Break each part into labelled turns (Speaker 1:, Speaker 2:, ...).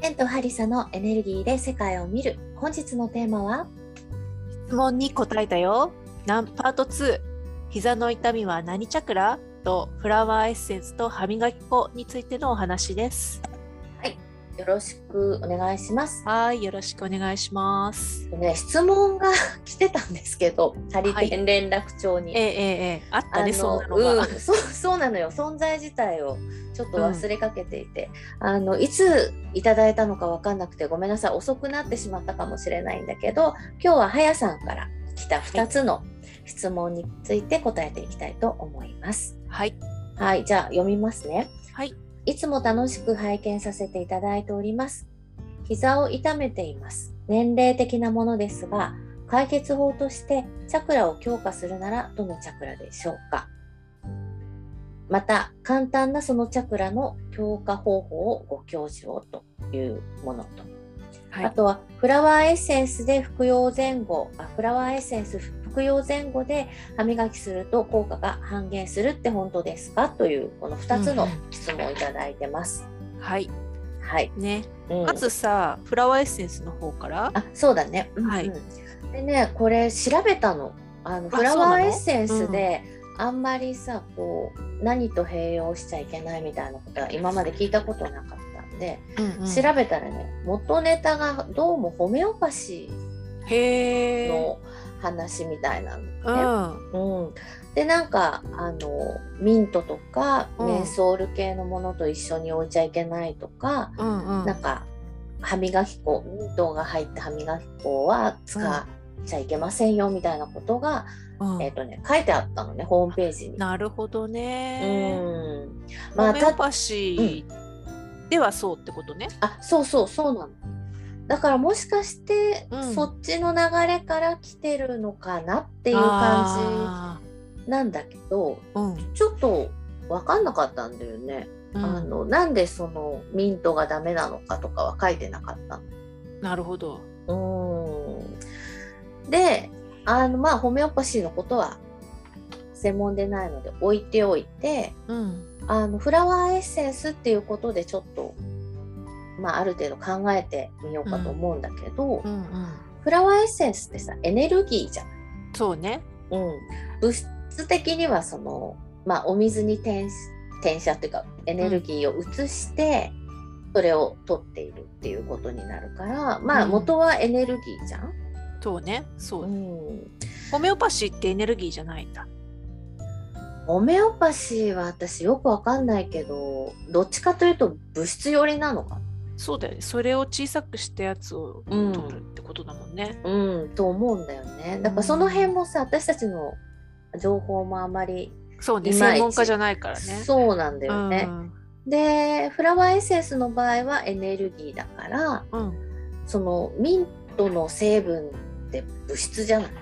Speaker 1: 天とハリサのエネルギーで世界を見る本日のテーマは
Speaker 2: 質問に答えたよ。なんパート2膝の痛みは何チャクラとフラワーエッセンスと歯磨き粉についてのお話です。
Speaker 1: よろしくお願いします。
Speaker 2: はい、よろしくお願いします。
Speaker 1: ね、質問が来てたんですけど、ハリ
Speaker 2: はい
Speaker 1: テン連絡帳に。
Speaker 2: ええええええあったね、そんなの
Speaker 1: うん、
Speaker 2: が。
Speaker 1: そう そうなのよ存在自体をちょっと忘れかけていて、あのいついただいたのかわかんなくてごめんなさい遅くなってしまったかもしれないんだけど今日ははやさんから来た2つの質問について答えていきたいと思います。
Speaker 2: はい、
Speaker 1: はい、じゃあ読みますね。
Speaker 2: はい、
Speaker 1: いつも楽しく拝見させていただいております。膝を痛めています。年齢的なものですが、解決法としてチャクラを強化するならどのチャクラでしょうかまた、簡単なそのチャクラの強化方法をご教授をというものと。あ
Speaker 2: はい、
Speaker 1: とはフラワーエッセンスで服用前後あフラワーエッセンス服用前後で歯磨きすると効果が半減するって本当ですかというこの2つの
Speaker 2: うん
Speaker 1: 質問をいただいてます。
Speaker 2: はい、
Speaker 1: はい、
Speaker 2: ね、
Speaker 1: うん
Speaker 2: まずさ、フラワーエッセンスの方から。
Speaker 1: あそうだね、うんうん
Speaker 2: はい
Speaker 1: でねこれ調べたのあの
Speaker 2: あ
Speaker 1: フラワ
Speaker 2: そうな
Speaker 1: ー
Speaker 2: の
Speaker 1: エッセンスであんまりさこう何と併用しちゃいけないみたいなことは今まで聞いたことなかったんで、
Speaker 2: うんうん
Speaker 1: 調べたらね元ネタがどうもホメオパシー
Speaker 2: へえ。
Speaker 1: の話みたいなの
Speaker 2: う
Speaker 1: ね。
Speaker 2: ん、
Speaker 1: うん、でなんかあのミントとか
Speaker 2: うん
Speaker 1: メンソール系のものと一緒に置いちゃいけないとか、
Speaker 2: うん、うん
Speaker 1: なん。か歯磨き粉ミントが入った歯磨き粉は使っちゃいけませんよみたいなことが、
Speaker 2: うん
Speaker 1: えっとね、書いてあったのねホームページに。
Speaker 2: なるほど
Speaker 1: う
Speaker 2: ね。
Speaker 1: んま
Speaker 2: ホ
Speaker 1: あ、
Speaker 2: メオ
Speaker 1: た
Speaker 2: パシーではそうってことね。
Speaker 1: あそうそうそうなの。だからもしかして、
Speaker 2: うん
Speaker 1: そっちの流れから来てるのかなっていう感
Speaker 2: あ
Speaker 1: じなんだけど
Speaker 2: ーうん
Speaker 1: ちょっと分かんなかったんだよね。
Speaker 2: うん
Speaker 1: あのなんでそのミントがダメなのかとかは書いてなかった
Speaker 2: なるほど。
Speaker 1: の。うんであのまあホメオパシーのことは専門でないので置いておいて
Speaker 2: うん。
Speaker 1: あのフラワーエッセンスっていうことでちょっと、まあ、ある程度考えてみようかと思うんだけど、
Speaker 2: うんうん。
Speaker 1: フラワーエッセンスってさエネルギーじゃない、
Speaker 2: そうね。
Speaker 1: うん、物質的にはその、まあ、お水に転し転写っていうかエネルギーを移して、それを取っているっていうことになるからまあ
Speaker 2: うん
Speaker 1: 元はエネルギーじゃん。
Speaker 2: そうね。そうう。
Speaker 1: ん、
Speaker 2: ホメオパシーってエネルギーじゃないんだ。
Speaker 1: ホメオパシーは私よくわかんないけどどっちかというと物質寄りなのかな
Speaker 2: そうだよね。それを小さくしたやつを
Speaker 1: うん
Speaker 2: 取るってことだもんね。
Speaker 1: うん、と思うんだよね。だからその辺もさ、私たちの情報もあまり、
Speaker 2: そうね。
Speaker 1: いまいち
Speaker 2: 専門家じゃないからね。
Speaker 1: そうなんだよね
Speaker 2: う。ん
Speaker 1: で、フラワーエッセンスの場合はエネルギーだから、
Speaker 2: うん。
Speaker 1: そのミントの成分って物質じゃない。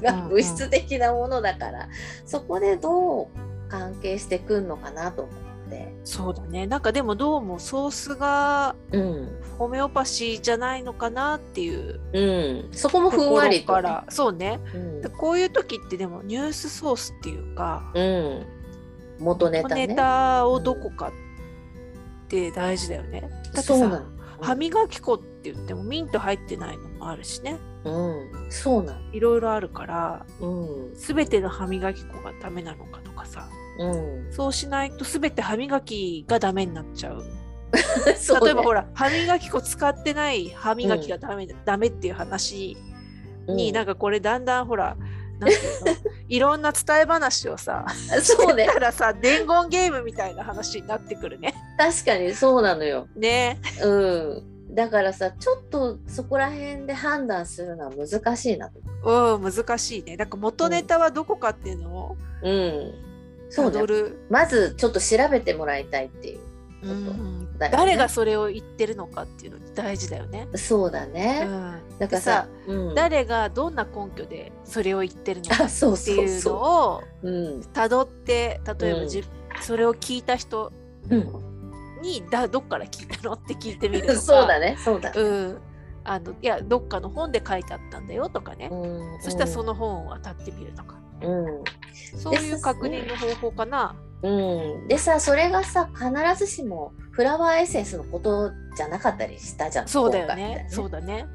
Speaker 1: なんか物質的なものだから、そこでどう関係してくんのかなと思って。
Speaker 2: そうだね。なんかでもどうもソースが
Speaker 1: うん、
Speaker 2: ホメオパシーじゃないのかなっていう
Speaker 1: うん、そこも
Speaker 2: と
Speaker 1: ふん
Speaker 2: こ
Speaker 1: わり
Speaker 2: ろ
Speaker 1: とね、
Speaker 2: から。そうね。
Speaker 1: うん
Speaker 2: でこういう時ってでもニュースソースっていうか、
Speaker 1: うん、元ネタね。
Speaker 2: ネタをどこかって大事だよね。だって
Speaker 1: そうな
Speaker 2: さ
Speaker 1: の。
Speaker 2: 歯磨き粉って言ってもミント入ってないのもあるしね
Speaker 1: うん、そうなの。
Speaker 2: いろいろあるから
Speaker 1: うん、
Speaker 2: 全ての歯磨き粉がダメなのかとかさ
Speaker 1: うん。
Speaker 2: そうしないと全て歯磨きがダメになっちゃう
Speaker 1: そうね
Speaker 2: 例えばほら歯磨き粉使ってない歯磨きがダメ,、ダメっていう話に、なんかこれだんだんほらなんていう のいろんな伝え話をさ
Speaker 1: うん、そう ね
Speaker 2: だからさ伝言ゲームみたいな話になってくるね。
Speaker 1: 確かにそうなのよ、
Speaker 2: ね
Speaker 1: うん、だからさちょっとそこら辺で判断するのは難しいなと、
Speaker 2: うん難しいね。だから元ネタはどこかっていうのを
Speaker 1: うん、そう
Speaker 2: 辿
Speaker 1: ね
Speaker 2: る
Speaker 1: まずちょっと調べてもらいたいっていう
Speaker 2: うんうん
Speaker 1: だよね
Speaker 2: 誰がそれを言ってるのかっていうの大事だよね。
Speaker 1: そうだ
Speaker 2: う
Speaker 1: ね、
Speaker 2: ん、
Speaker 1: だからさ
Speaker 2: で
Speaker 1: うん、
Speaker 2: 誰がどんな根拠でそれを言ってるのか
Speaker 1: あ
Speaker 2: っ
Speaker 1: そう
Speaker 2: て
Speaker 1: そ
Speaker 2: いうう
Speaker 1: そ
Speaker 2: のを
Speaker 1: う、うん
Speaker 2: たどって例えば
Speaker 1: うん
Speaker 2: じ、それを聞いた人
Speaker 1: うん、
Speaker 2: にだどっから聞いたのって聞いてみると か
Speaker 1: そうだねそうだ、
Speaker 2: うん、あのいやどっかの本で書いてあったんだよとかね、
Speaker 1: うん、
Speaker 2: そしたらその本を当たってみるとか
Speaker 1: うん、
Speaker 2: そういう確認の方法かな。
Speaker 1: うん、でさそれがさ必ずしもフラワーエッセンスのことじゃなかったりしたじゃん
Speaker 2: そうだよ
Speaker 1: 今回
Speaker 2: ね
Speaker 1: み。たいな
Speaker 2: そうだね。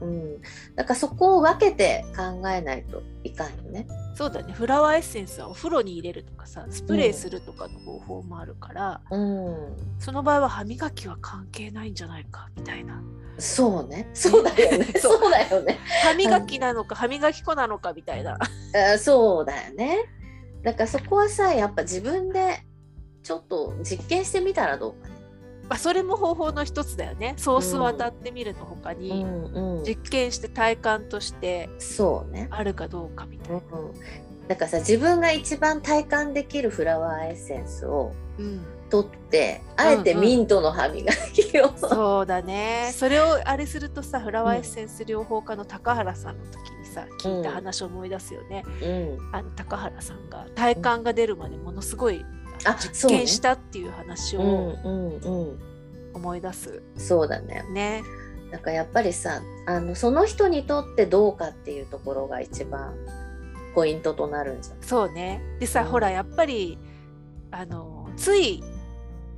Speaker 1: うん、だからそこを分けて考えないといかんよね。
Speaker 2: そうだね。フラワーエッセンスはお風呂に入れるとかさ、スプレーするとかの方法もあるから、
Speaker 1: うん、
Speaker 2: その場合は歯磨きは関係ないんじゃないかみたい な。
Speaker 1: そうね。そうだよね。
Speaker 2: そう
Speaker 1: そうだよね。
Speaker 2: 歯磨きなのか歯磨き粉なのかみたいな。
Speaker 1: あそうだよね。だからそこはさ、やっぱ自分でちょっと実験してみたらどうかね。
Speaker 2: まあそれも方法の一つだよね。ソースを当たってみるのほかに、
Speaker 1: んうん、
Speaker 2: 実験して体感として
Speaker 1: そうね。
Speaker 2: あるかどうかみたい
Speaker 1: うん
Speaker 2: な。、
Speaker 1: だからさ、自分が一番体感できるフラワーエッセンスを
Speaker 2: うん、
Speaker 1: 取って、あえて
Speaker 2: うんうん
Speaker 1: ミントの歯磨きを。
Speaker 2: そうだね。それをあれするとさ、フラワーエッセンス療法家の高原さんの時にさ、聞いた話を思い出すよね。
Speaker 1: うん、
Speaker 2: あの高原さんが体感が出るまでものすごい
Speaker 1: あ、
Speaker 2: 実
Speaker 1: そうね
Speaker 2: 験したっていう話
Speaker 1: う
Speaker 2: を
Speaker 1: んうんうん。
Speaker 2: 思い出す
Speaker 1: そうだね。
Speaker 2: ね。
Speaker 1: なんかやっぱりさあのその人にとってどうかっていうところが一番ポイントとなるんじゃない
Speaker 2: そうね。でさ、
Speaker 1: うん
Speaker 2: ほらやっぱりあのつい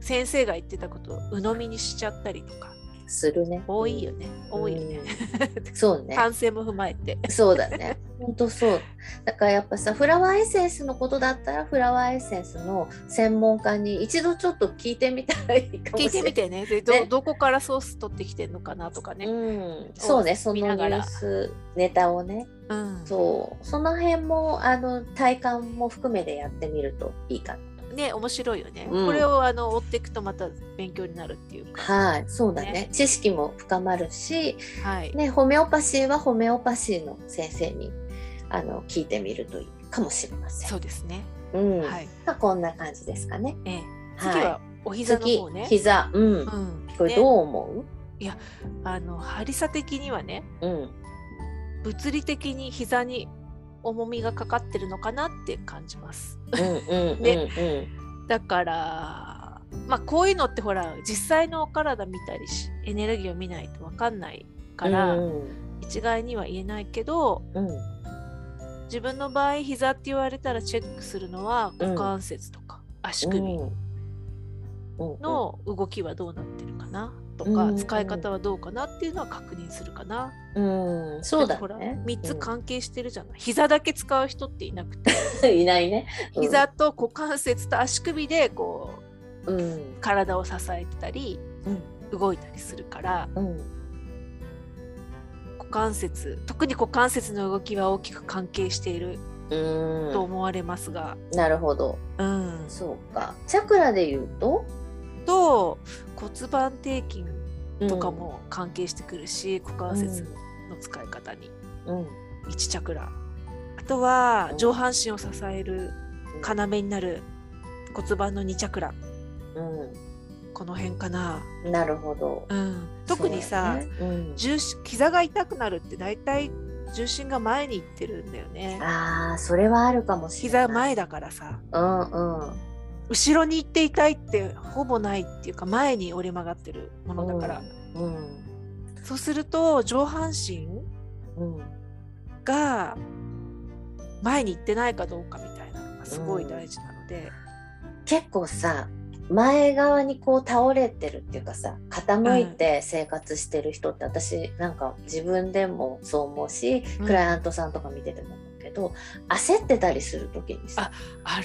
Speaker 2: 先生が言ってたことを鵜呑みにしちゃったりとか
Speaker 1: するね。
Speaker 2: 多いよね、多いよね。
Speaker 1: うん。そうね。
Speaker 2: 反省も踏まえて。
Speaker 1: そうだね。本当そう。だからやっぱさフラワーエッセンスのことだったらフラワーエッセンスの専門家に一度ちょっと聞いてみたらいいかも
Speaker 2: 聞い
Speaker 1: してれな
Speaker 2: み
Speaker 1: い。
Speaker 2: て ね。でど
Speaker 1: ね
Speaker 2: どこからソース取ってきてんのかなとかね。
Speaker 1: うん、そうねその
Speaker 2: 見
Speaker 1: ニ
Speaker 2: な
Speaker 1: ュ
Speaker 2: がら
Speaker 1: ースネタをね
Speaker 2: うん。
Speaker 1: そうその辺もあの体感も含めてやってみるといいかな
Speaker 2: ね面白いよね。
Speaker 1: うん
Speaker 2: これをあの追っていくとまた勉強になるっていうか。
Speaker 1: はいそうだね
Speaker 2: ね
Speaker 1: 知識も深まるし
Speaker 2: はい。
Speaker 1: ね、ホメオパシーはホメオパシーの先生にあの聞いてみるといいかもしれません。
Speaker 2: そうですね。
Speaker 1: うん
Speaker 2: はい。
Speaker 1: まあ、こんな感じですかね。
Speaker 2: ええ次はお膝の
Speaker 1: 次
Speaker 2: 方ね。
Speaker 1: 膝、うん、
Speaker 2: うん。
Speaker 1: これ
Speaker 2: ね
Speaker 1: どう思
Speaker 2: あの張り差的にはね
Speaker 1: う、うん、
Speaker 2: 物理的に膝に重みがかかってるのかなって感じます
Speaker 1: うんうんうん
Speaker 2: だからまあこういうのってほら実際のお体見たりしエネルギーを見ないと分かんない
Speaker 1: うん
Speaker 2: から、
Speaker 1: うん
Speaker 2: 一概には言えないけど
Speaker 1: うん
Speaker 2: 自分の場合膝って言われたらチェックするのは
Speaker 1: うん
Speaker 2: 股関節とか足首
Speaker 1: うん
Speaker 2: の動きはどうなってるかなとか、
Speaker 1: うん
Speaker 2: 使い方はどうかなっていうのは確認するかな
Speaker 1: うん、うん、そうだ
Speaker 2: ほら
Speaker 1: ね。
Speaker 2: 3つ関係してるじゃない、膝だけ使う人っていなくて
Speaker 1: うん、いないね。うん
Speaker 2: 膝と股関節と足首でこ
Speaker 1: うん
Speaker 2: う体を支えてたり
Speaker 1: うん
Speaker 2: 動いたりするから
Speaker 1: うん
Speaker 2: 股関節特に股関節の動きは大きく関係している
Speaker 1: うん
Speaker 2: と思われますが、
Speaker 1: なるほど。
Speaker 2: うん、
Speaker 1: そうか。チャクラで言うと、
Speaker 2: と骨盤底筋
Speaker 1: うん
Speaker 2: とか。も関係してくるし、股関節の使い方に
Speaker 1: うん。
Speaker 2: 1チャクラあとは上半身を支える要になる骨盤の2チャクラ
Speaker 1: う
Speaker 2: この辺かな、
Speaker 1: ん。なるほど。
Speaker 2: うん、特にさ、
Speaker 1: そうだねうん
Speaker 2: 重心膝が痛くなるって大体重心が前に行ってるんだよね
Speaker 1: ああそれはあるかもしれない
Speaker 2: 膝前だからさ
Speaker 1: うんうん
Speaker 2: 後ろに行って痛いってほぼないっていうか前に折れ曲がってるものだから、
Speaker 1: うん
Speaker 2: そうすると上半身
Speaker 1: うん
Speaker 2: が前に行ってないかどうかみたいなのがすごい大事なので、
Speaker 1: 結構さ前側にこう倒れてるっていうかさ傾いて生活してる人って、私なんか自分でもそう思うし、
Speaker 2: うん
Speaker 1: クライアントさんとか見てても思うけど焦ってたりする時にさ
Speaker 2: あ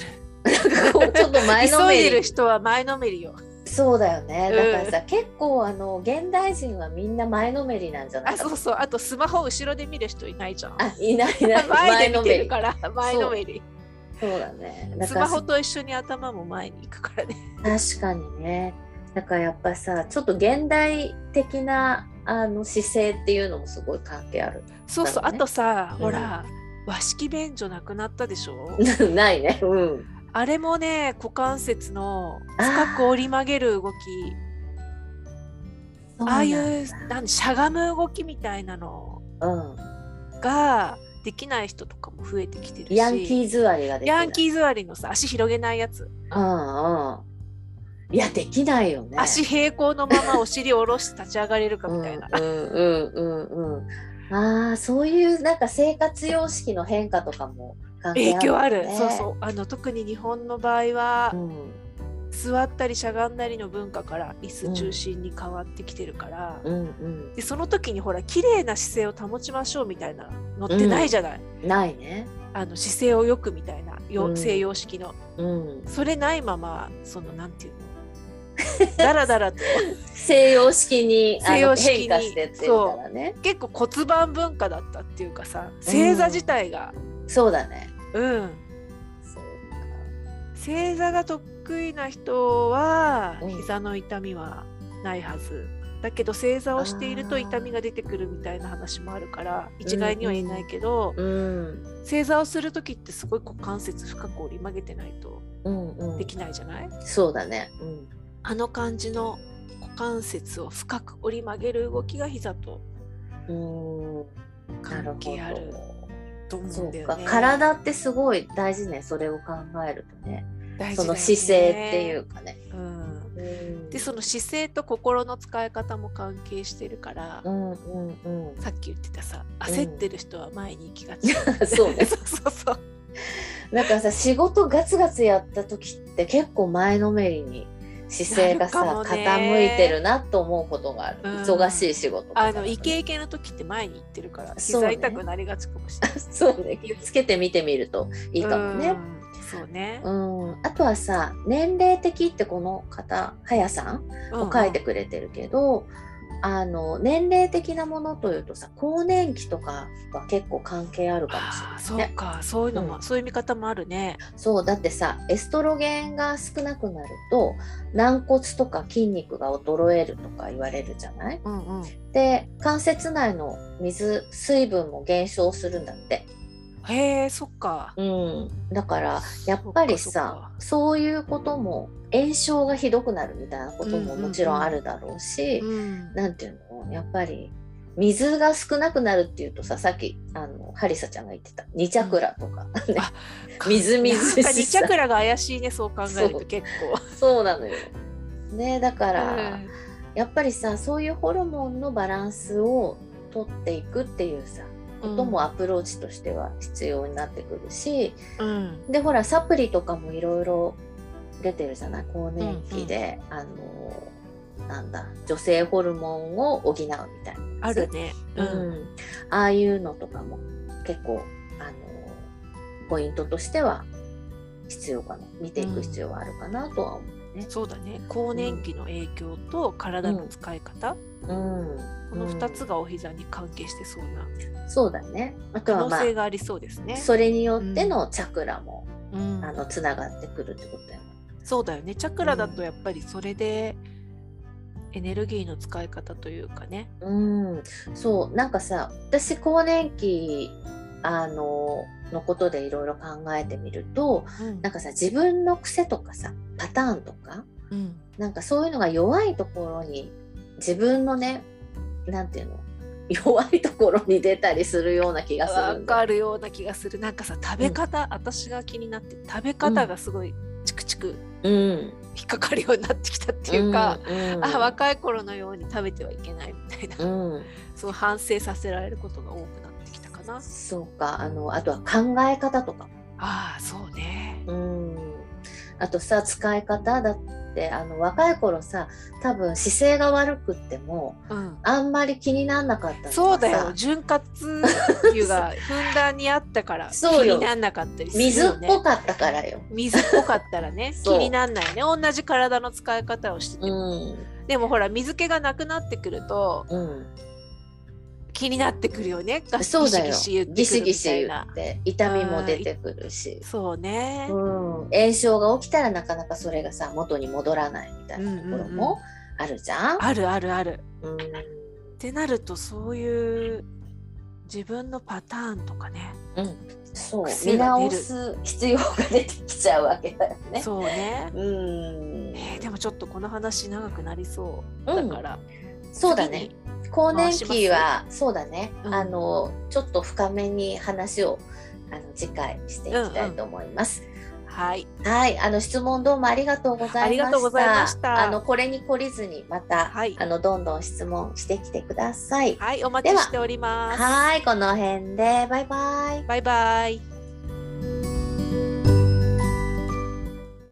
Speaker 2: る
Speaker 1: なんかこうちょっと前の
Speaker 2: 急い
Speaker 1: め
Speaker 2: でる
Speaker 1: り
Speaker 2: 人は前のめりよ
Speaker 1: そうだよね
Speaker 2: うん
Speaker 1: だからさ、結構あの現代人はみんな前のめりなんじゃない
Speaker 2: あ
Speaker 1: かと
Speaker 2: そうそうあとスマホ後ろで見る人いないじゃん
Speaker 1: あいないいない
Speaker 2: 前で
Speaker 1: の
Speaker 2: 見て
Speaker 1: め
Speaker 2: る
Speaker 1: り
Speaker 2: から前のめり
Speaker 1: そうだねだ
Speaker 2: ス
Speaker 1: から
Speaker 2: マホと一緒に頭も前に行くからね
Speaker 1: 確かにねだからやっぱさちょっと現代的なあの姿勢っていうのもすごい関係ある
Speaker 2: そうそ
Speaker 1: だ
Speaker 2: う、
Speaker 1: ろう
Speaker 2: あ
Speaker 1: ね
Speaker 2: とさ、
Speaker 1: うん
Speaker 2: ほら和式便所なくなったでしょ
Speaker 1: ないねうん
Speaker 2: あれもね股関節の
Speaker 1: あー
Speaker 2: 深く折り曲げる動きああいうなんしゃがむ動きみたいなの
Speaker 1: うん
Speaker 2: ができない人とかも増えてきてるし
Speaker 1: ヤンキー座りができない
Speaker 2: ヤンキー座りのさ足広げないやつ、
Speaker 1: うんうんいやできないよね
Speaker 2: 足平行のままお尻下ろして立ち上がれるかみたいな、
Speaker 1: うんうんうんうんうんああそういうなんか生活様式の変化とかも関係
Speaker 2: 影響あ
Speaker 1: ある
Speaker 2: る、
Speaker 1: よね、
Speaker 2: そうそうあの特に日本の場場合は、
Speaker 1: うん
Speaker 2: 座ったりしゃがんだりの文化から椅子中心に変わってきてるから、
Speaker 1: うんうん
Speaker 2: でその時にほら綺麗な姿勢を保ちましょうみたいなのってないじゃない、
Speaker 1: ないね
Speaker 2: あの姿勢をよくみたいな、よ
Speaker 1: うん
Speaker 2: 西洋式の
Speaker 1: うん
Speaker 2: それないままそのなん ていうのだらだらと
Speaker 1: 西洋式にあの
Speaker 2: 西洋式に
Speaker 1: 変化してってみたらね
Speaker 2: 結構骨盤文化だったっていうかさ星座自体が、
Speaker 1: そうだね
Speaker 2: うん、
Speaker 1: そう
Speaker 2: 正座が得意な人は
Speaker 1: うん
Speaker 2: 膝の痛みはないはず、だけど正座をしていると痛みが出てくるみたいな話もあるから一概には言えないけど、
Speaker 1: かうん
Speaker 2: 正座をする時ってすごい股関節深く折り曲げてないと
Speaker 1: うんうん
Speaker 2: できないじゃない、
Speaker 1: そうだねうん
Speaker 2: あの感じの股関節を深く折り曲げる動きが膝と
Speaker 1: うんなる
Speaker 2: 関
Speaker 1: ほ
Speaker 2: 係ある
Speaker 1: ど
Speaker 2: と思う
Speaker 1: そ
Speaker 2: ん
Speaker 1: う
Speaker 2: だよ
Speaker 1: か
Speaker 2: ね。
Speaker 1: 体ってすごい大事ねそれを考えるとね
Speaker 2: 大
Speaker 1: そ
Speaker 2: 事だよ
Speaker 1: の
Speaker 2: ね
Speaker 1: 姿勢っていうかね
Speaker 2: うん
Speaker 1: うん
Speaker 2: でその姿勢と心の使い方も関係してるから、
Speaker 1: うんうんうん
Speaker 2: さっき言ってたさ
Speaker 1: うん
Speaker 2: 焦ってる人は前に行きがち、
Speaker 1: そうね
Speaker 2: そうそ うそう
Speaker 1: なんかさ仕事ガツガツやった時って結構前のめりに姿勢が
Speaker 2: なる
Speaker 1: さ
Speaker 2: かもね
Speaker 1: 傾いてるなと思うことがある、
Speaker 2: うん
Speaker 1: 忙しい仕事とか
Speaker 2: あ
Speaker 1: だと
Speaker 2: の
Speaker 1: ね
Speaker 2: イケイケの時って前に行ってるから
Speaker 1: そうね
Speaker 2: 膝痛くなりがちかもしれない
Speaker 1: そうね気をつけて見てみると いいかもね
Speaker 2: うんそうね
Speaker 1: う、んあとはさ年齢的ってこの方はやさん
Speaker 2: うん
Speaker 1: を書いてくれてるけど、あの年齢的なものというとさ更年期とかは結構関係あるかもしれ
Speaker 2: あ
Speaker 1: な
Speaker 2: ー
Speaker 1: い
Speaker 2: そう
Speaker 1: ね
Speaker 2: かそういうのも、
Speaker 1: うん
Speaker 2: そういう見方もあるね
Speaker 1: そうだってさエストロゲンが少なくなると軟骨とか筋肉が衰えるとか言われるじゃない
Speaker 2: うんうん
Speaker 1: で関節内の水水分も減少するんだって、
Speaker 2: へえそっか
Speaker 1: うん、だからやっぱり
Speaker 2: そ
Speaker 1: さ
Speaker 2: っかそっ
Speaker 1: そういうことも炎症がひどくなるみたいなことももちろんあるだろうし、
Speaker 2: うん
Speaker 1: なんていうのやっぱり水が少なくなるっていうとささっきあのハリサちゃんが言ってた2チャクラとか、 ね
Speaker 2: あ
Speaker 1: みずみずしさ
Speaker 2: なんか二チャクラが怪しいねそう考えると結構
Speaker 1: そうなのよ。ねだか
Speaker 2: う
Speaker 1: ら、
Speaker 2: ん
Speaker 1: やっぱりさそういうホルモンのバランスをとっていくっていうさこともアプローチとしては必要になってくるし、
Speaker 2: うん
Speaker 1: でほらサプリとかもいろいろ出てるじゃない更年期で、あのなんだ女性ホルモンを補うみたいな、
Speaker 2: あるね
Speaker 1: う
Speaker 2: うんん
Speaker 1: ああいうのとかも結構あのポイントとしては必要かな見ていく必要はあるかなとは思うね。
Speaker 2: そうだね更年期の影響と体の使い方、
Speaker 1: うん
Speaker 2: この2つがお膝に関係してそうな
Speaker 1: そうだね。あと
Speaker 2: 可
Speaker 1: は
Speaker 2: 能
Speaker 1: まあ、
Speaker 2: 性がありそうですね。
Speaker 1: それによってのチャクラも、
Speaker 2: うん
Speaker 1: あのつながってくるってことだよね。
Speaker 2: そうだよねチャクラだとやっぱりそれでエネルギーの使い方というかね。
Speaker 1: うん、そうなんかさ私更年期あののことでいろいろ考えてみると
Speaker 2: うん
Speaker 1: なんかさ自分の癖とかさパターンとか
Speaker 2: うん
Speaker 1: なんかそういうのが弱いところに自分のねなんていうの弱いところに出たりするような気がす
Speaker 2: わ
Speaker 1: るんだよ
Speaker 2: かるような気がするなんかさ食べ方、私が気になって食べ方がすごいチクチク
Speaker 1: うん、
Speaker 2: 引っかかるようになってきたっていうか、
Speaker 1: ん、うん、
Speaker 2: あ若い頃のように食べてはいけないみたいな、
Speaker 1: うん、
Speaker 2: そう反省させられることが多くなってきたかな。
Speaker 1: そうかあのあとは考え方とか
Speaker 2: ああそうね。
Speaker 1: うんあとさ使い方だってあの若い頃さ多分姿勢が悪くっても
Speaker 2: うん
Speaker 1: あんまり気になんなかったのがさ
Speaker 2: そうだよ潤滑油がふんだんにあったから気
Speaker 1: そうよ
Speaker 2: になんなかったりする
Speaker 1: 水っ
Speaker 2: よね
Speaker 1: ぽかったからよ。
Speaker 2: 水っぽかったらね
Speaker 1: そ
Speaker 2: 気
Speaker 1: う
Speaker 2: になんないね同じ体の使い方をしてて
Speaker 1: う
Speaker 2: も、
Speaker 1: ん
Speaker 2: でもほら水気がなくなってくると
Speaker 1: うん、
Speaker 2: 気になってくるよねガシ
Speaker 1: そうだよ
Speaker 2: ギシギシ言ってくるみたい
Speaker 1: ギシ
Speaker 2: な
Speaker 1: ギシ言って痛みも出てくるし、
Speaker 2: そうね、
Speaker 1: うん、炎症が起きたらなかなかそれがさ元に戻らないみたいなところもあるじゃん。
Speaker 2: あるあるある
Speaker 1: うん
Speaker 2: ってなるとそういう自分のパターンとかね
Speaker 1: そう見
Speaker 2: 癖が出
Speaker 1: 直
Speaker 2: る
Speaker 1: す必要が出てきちゃうわけだよね。
Speaker 2: そうね、
Speaker 1: うん
Speaker 2: えーでもちょっとこの話長くなりそう
Speaker 1: う
Speaker 2: だ
Speaker 1: ん
Speaker 2: から、
Speaker 1: そうだね
Speaker 2: 次に
Speaker 1: 更年期はそうだね、
Speaker 2: うん
Speaker 1: あのちょっと深めに話をあの次回していきたいと思います。
Speaker 2: はい
Speaker 1: はい、あの質問どうもありがとうございました。
Speaker 2: ありがとうございました
Speaker 1: あのこれに懲りずにまた、
Speaker 2: はい
Speaker 1: あのどんどん質問してきてください。
Speaker 2: はいお待ちしております
Speaker 1: はい、この辺でバイバイ。
Speaker 2: バイバイ。